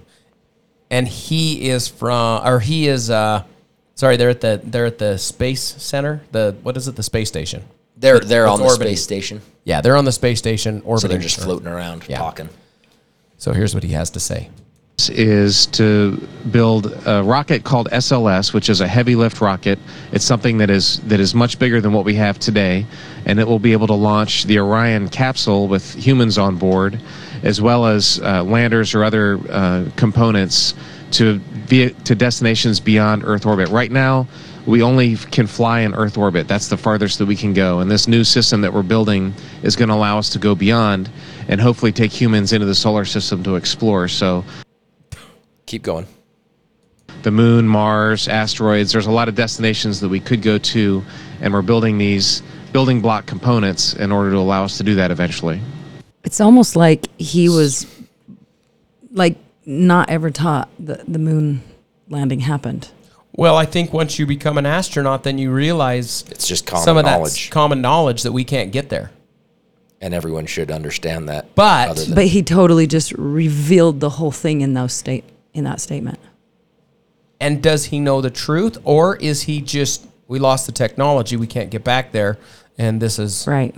A: And he is from, or he is. Uh, sorry, they're at the they're at the space center. The what is it? The space station.
B: They're
A: That-
B: they're
A: that's
B: on the
A: orbiting.
B: space station.
A: Yeah, they're on the space station orbiting.
B: So they're just
A: Earth.
B: floating around talking.
A: So here's what he has to say.
N: is to build a rocket called SLS, which is a heavy lift rocket. It's something that is that is much bigger than what we have today, and it will be able to launch the Orion capsule with humans on board, as well as uh, landers or other uh, components to be, to destinations beyond Earth orbit. Right now, we only can fly in Earth orbit. That's the farthest that we can go. And this new system that we're building is going to allow us to go beyond and hopefully take humans into the solar system to explore. So
B: Keep going.
N: the moon, Mars, asteroids. There's a lot of destinations that we could go to, and we're building these building block components in order to allow us to do that eventually.
O: It's almost like he was like not ever taught that the moon landing happened.
A: Well, I think once you become an astronaut, then you realize
B: it's just common
A: some of that
B: knowledge.
A: common knowledge that we can't get there.
B: And everyone should understand that. other than-
O: but he totally just revealed the whole thing in those state in that statement.
A: And does he know the truth, or is he just we lost the technology, we can't get back there, and this is
O: right.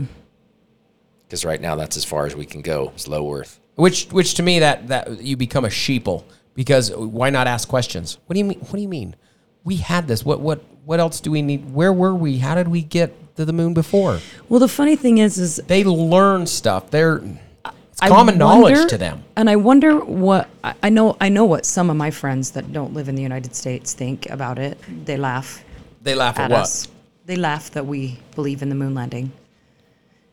B: because right now that's as far as we can go. It's low Earth.
A: Which, which to me, that that you become a sheeple because why not ask questions? What do you mean? What do you mean? We had this. What what what else do we need? Where were we? How did we get to the moon before?
O: Well, the funny thing is, is
A: they learn stuff. They're it's
O: I
A: common
O: wonder-
A: knowledge to them.
O: And I wonder what I I know. I know what some of my friends that don't live in the United States think about it. They laugh.
A: They laugh at what?
O: us. They laugh that we believe in the moon landing.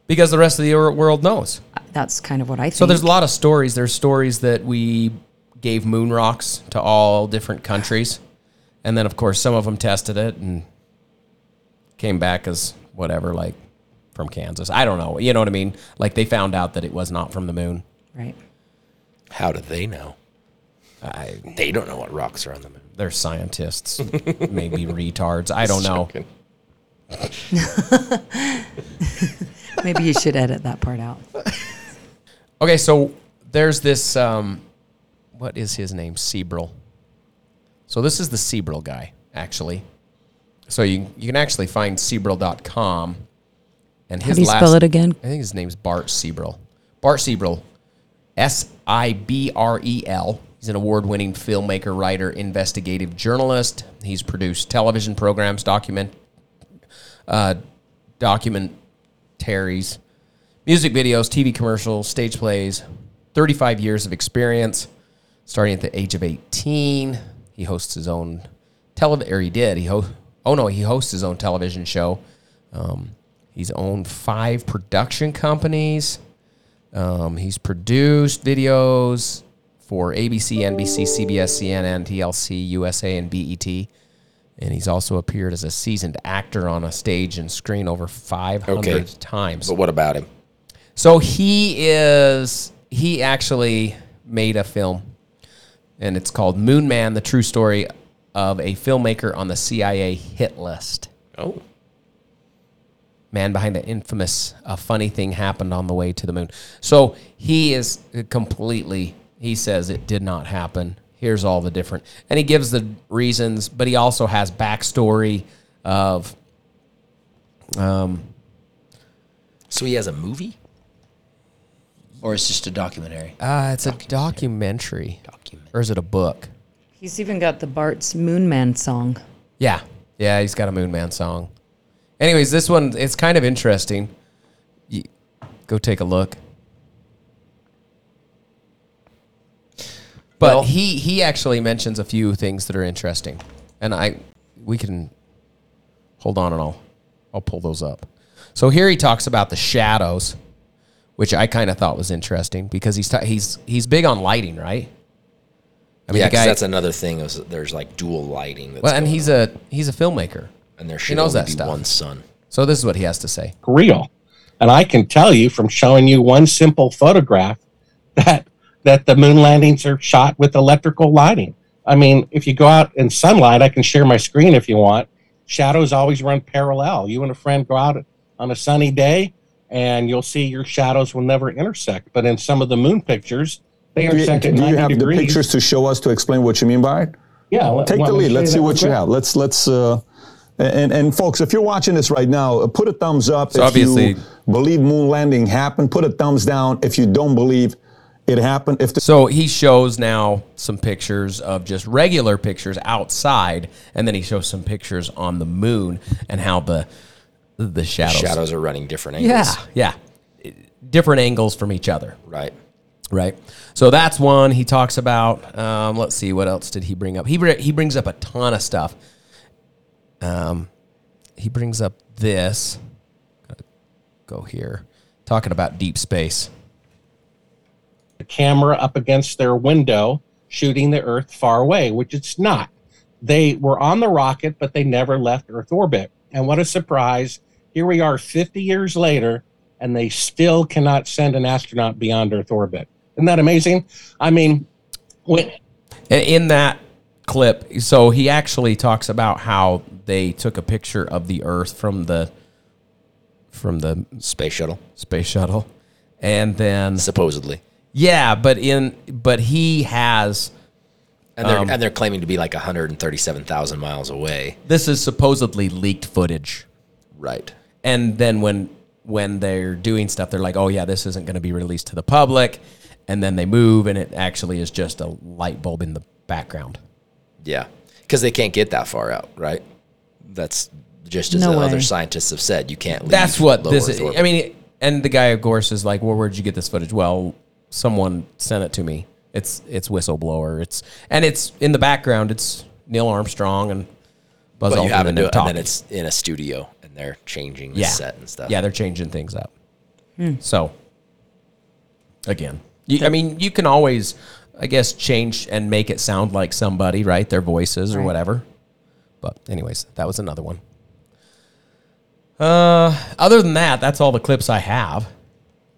A: Because the rest of the wor- world knows.
O: That's kind of what I think.
A: So there's a lot of stories. There's stories that we gave moon rocks to all different countries, and then of course some of them tested it and came back as whatever, like from Kansas. I don't know. You know what I mean? Like they found out that it was not from the moon.
O: Right.
B: How do they know?
A: I,
B: they don't know what rocks are on the moon.
A: They're scientists, maybe retards. I don't know.
B: Joking.
O: Maybe you should edit that part out.
A: Okay, so there's this. Um, what is his name? Sebril. So this is the Sebril guy, actually. So you you can actually find Sebril.com. And
O: How do you spell it again?
A: I think his name's Bart Sebril. Bart Sebril, S I B R E L. He's an award winning filmmaker, writer, investigative journalist. He's produced television programs, document, uh, documentaries, music videos, TV commercials, stage plays. 35 years of experience, starting at the age of 18. He hosts his own television, or he did. He ho- oh no, he hosts his own television show. Um, he's owned five production companies. Um, he's produced videos for ABC, NBC, CBS, CNN, TLC, USA, and BET. And he's also appeared as a seasoned actor on a stage and screen over 500
B: Okay.
A: times.
B: But what about him?
A: So he is he actually made a film and it's called Moon Man: The True Story of a Filmmaker on the CIA Hit List.
B: Oh.
A: Man behind the infamous "A Funny Thing Happened on the Way to the Moon." So he is completely. He says it did not happen. Here's all the different, and he gives the reasons, but he also has backstory of. Um,
B: So he has a movie, or it's just a documentary.
A: uh, it's a documentary, documentary, or is it a book?
O: He's even got the Bart's Moon Man song.
A: Yeah. Yeah, he's got a Moon Man song. Anyways, this one, it's kind of interesting. You, go take a look. But
B: Well-
A: he he actually mentions a few things that are interesting. And I we can hold on and I'll I'll pull those up. So here he talks about the shadows, which I kind of thought was interesting because he's ta- he's he's big on lighting, right? I mean,
B: yeah,
A: the
B: 'cause
A: guy-
B: that's another thing. Is that there's like dual lighting. That's
A: well, and
B: going
A: he's
B: on.
A: a he's a filmmaker,
B: and there
A: he
B: should
A: knows
B: only
A: that
B: be
A: stuff.
B: one sun.
A: So this is what he has to say.
P: real. And I can tell you from showing you one simple photograph that that the moon landings are shot with electrical lighting. I mean, if you go out in sunlight, I can share my screen if you want. Shadows always run parallel. You and a friend go out on a sunny day and you'll see your shadows will never intersect. But in some of the moon pictures,
Q: Do
P: they
Q: you,
P: intersect at
Q: do you
P: 90
Q: have
P: degrees.
Q: the pictures to show us to explain what you mean by it?
P: Yeah, let-
Q: take
P: let
Q: the
P: me
Q: lead.
P: show
Q: Let's
P: you
Q: see
P: that
Q: what you
P: quick.
Q: have. Let's let's uh, and and folks, if you're watching this right now, uh, put a thumbs up
A: So
Q: if
A: obviously-
Q: you believe moon landing happened. Put a thumbs down if you don't believe it happened. If the
A: So he shows now some pictures of just regular pictures outside, and then he shows some pictures on the moon and how the the shadows
B: Shadows are running different angles.
A: Yeah, yeah, different angles from each other.
B: Right.
A: Right. So that's one he talks about. Um, let's see what else did he bring up. He br- he brings up a ton of stuff. Um, he brings up this. Gotta Go here, talking about deep space.
P: the camera up against their window, shooting the Earth far away, which it's not. They were on the rocket, but they never left Earth orbit. And what a surprise. Here we are 50 years later, and they still cannot send an astronaut beyond Earth orbit. Isn't that amazing? I mean, when,
A: And in that clip, so he actually talks about how they took a picture of the Earth from the from the
B: space shuttle,
A: space shuttle, and then
B: supposedly,
A: yeah, but in but he has,
B: And they're
A: um,
B: and they're claiming to be like 137,000 miles away.
A: this is supposedly leaked footage,
B: right?
A: And then when when they're doing stuff, they're like, oh yeah, this isn't going to be released to the public, and then they move, and it actually is just a light bulb in the background.
B: Yeah, because they can't get that far out, right? That's just as
A: No
B: the
A: way.
B: other scientists have said. You can't. Leave
A: That's what
B: low
A: this
B: Earth
A: is.
B: orbit.
A: I mean, and the guy, of course, is like, "Well, where'd you get this footage?" Well, someone sent it to me. It's it's whistleblower. It's and it's in the background. It's Neil Armstrong and Buzz
B: but you
A: Aldrin
B: have it,
A: and, them
B: do- and
A: talking.
B: then it's in a studio, and they're changing the
A: yeah,
B: set and stuff.
A: Yeah, they're changing things up.
B: Hmm.
A: So again, you, I mean, you can always, I guess, change and make it sound like somebody, right? Their voices or
B: Right.
A: whatever. But anyways, that was another one. Uh, other than that, that's all the clips I have.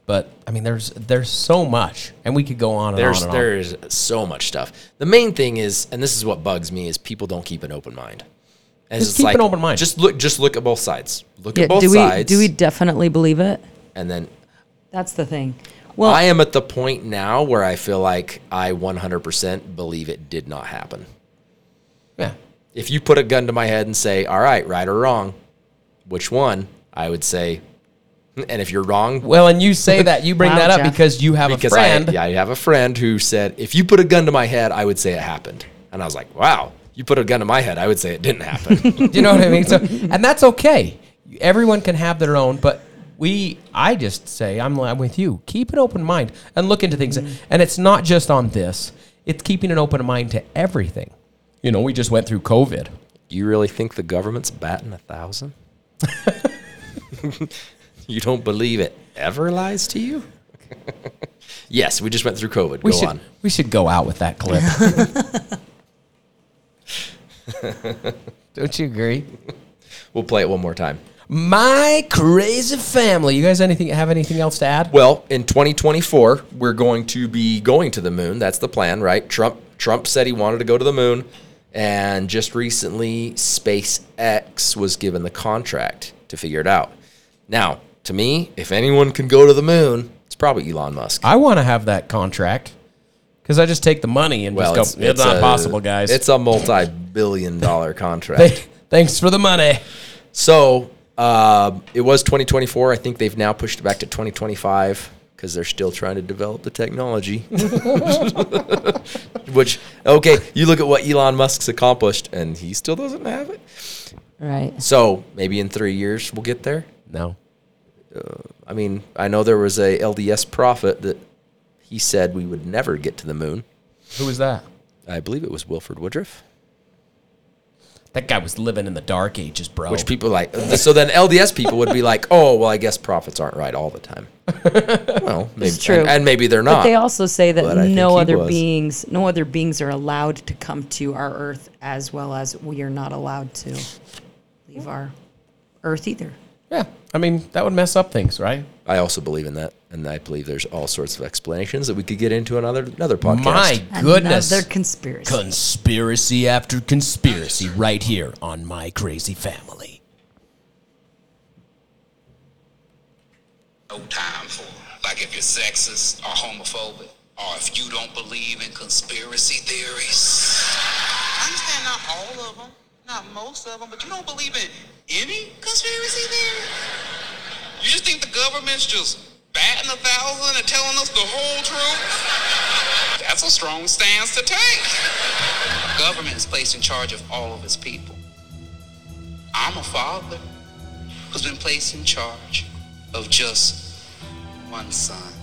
A: But I mean, there's there's so much, and we could go on and
B: there's
A: on and on.
B: there's so much stuff. The main thing is, and this is what bugs me, is people don't keep an open mind. And
A: Just
B: it's
A: keep
B: like,
A: an open mind.
B: Just look, just look at both sides. Look
O: Yeah,
B: at both
O: do we
B: sides,
O: do we definitely believe it?
B: and then
C: That's the thing.
B: Well, I am at the point now where I feel like I 100% believe it did not happen.
A: Yeah.
B: If you put a gun to my head and say, "All right, right or wrong, which one?" I would say, "Hmm, and if you're wrong,
A: Well, and you say that you bring
B: Wow,
A: that up
B: Jeff.
A: because you have
B: because
A: a friend.
B: I, yeah, I have a friend who said, "If you put a gun to my head, I would say it happened," and I was like, "Wow." You put a gun to my head, I would say it didn't happen.
A: Do you know what I mean? So, and that's okay. Everyone can have their own, but we, I just say, I'm, I'm with you. Keep an open mind and look into things. And it's not just on this, it's keeping an open mind to everything. You know, we just went through COVID.
B: you really think the government's batting a thousand? you don't believe it ever lies to you? yes, we just went through COVID.
A: We
B: Go
A: should,
B: on.
A: we should go out with that clip. Don't you agree?
B: We'll play it one more time.
A: My crazy family. You guys anything have anything else to add?
B: Well, in 2024, we're going to be going to the moon. That's the plan, right? Trump Trump said he wanted to go to the moon, and just recently SpaceX was given the contract to figure it out. Now, to me, if anyone can go to the moon, it's probably Elon Musk.
A: I want to have that contract because I just take the money and
B: Well,
A: just go, it's, not
B: a-
A: possible, guys.
B: It's a multi-billion dollar contract.
A: They- thanks for the money.
B: So uh, it was 2024. I think they've now pushed it back to 2025 because they're still trying to develop the technology. Which, okay, you look at what Elon Musk's accomplished, and he still doesn't have it.
O: Right.
B: So maybe in three years we'll get there.
A: No.
B: Uh, I mean, I know there was a LDS prophet that he said we would never get to the moon.
A: Who was that?
B: I believe it was Wilford Woodruff.
R: That guy was living in the dark ages, bro.
A: Oh.
B: Which people like. So then LDS people would be like, oh, well, I guess prophets aren't right all the time. well, maybe,
C: It's true.
B: And, and maybe they're not.
C: But they also say
B: But
C: that
B: I think
C: no
B: he
C: other
B: was.
C: beings, no other beings are allowed to come to our Earth, as well as we are not allowed to leave our Earth either.
R: Yeah, I mean that would mess up things, right?
B: I also believe in that, and I believe there's all sorts of explanations that we could get into another another podcast.
R: My goodness.
C: Another conspiracy.
R: Conspiracy after conspiracy right here on My Crazy Family.
E: no time for. Like if you're sexist or homophobic, or if you don't believe in conspiracy theories. I understand not all of them, not most of them, but you don't believe in any conspiracy theory? You just think the government's just batting a thousand and telling us the whole truth? That's a strong stance to take.
D: The government is placed in charge of all of its people.
E: I'm a father who's been placed in charge of just one son.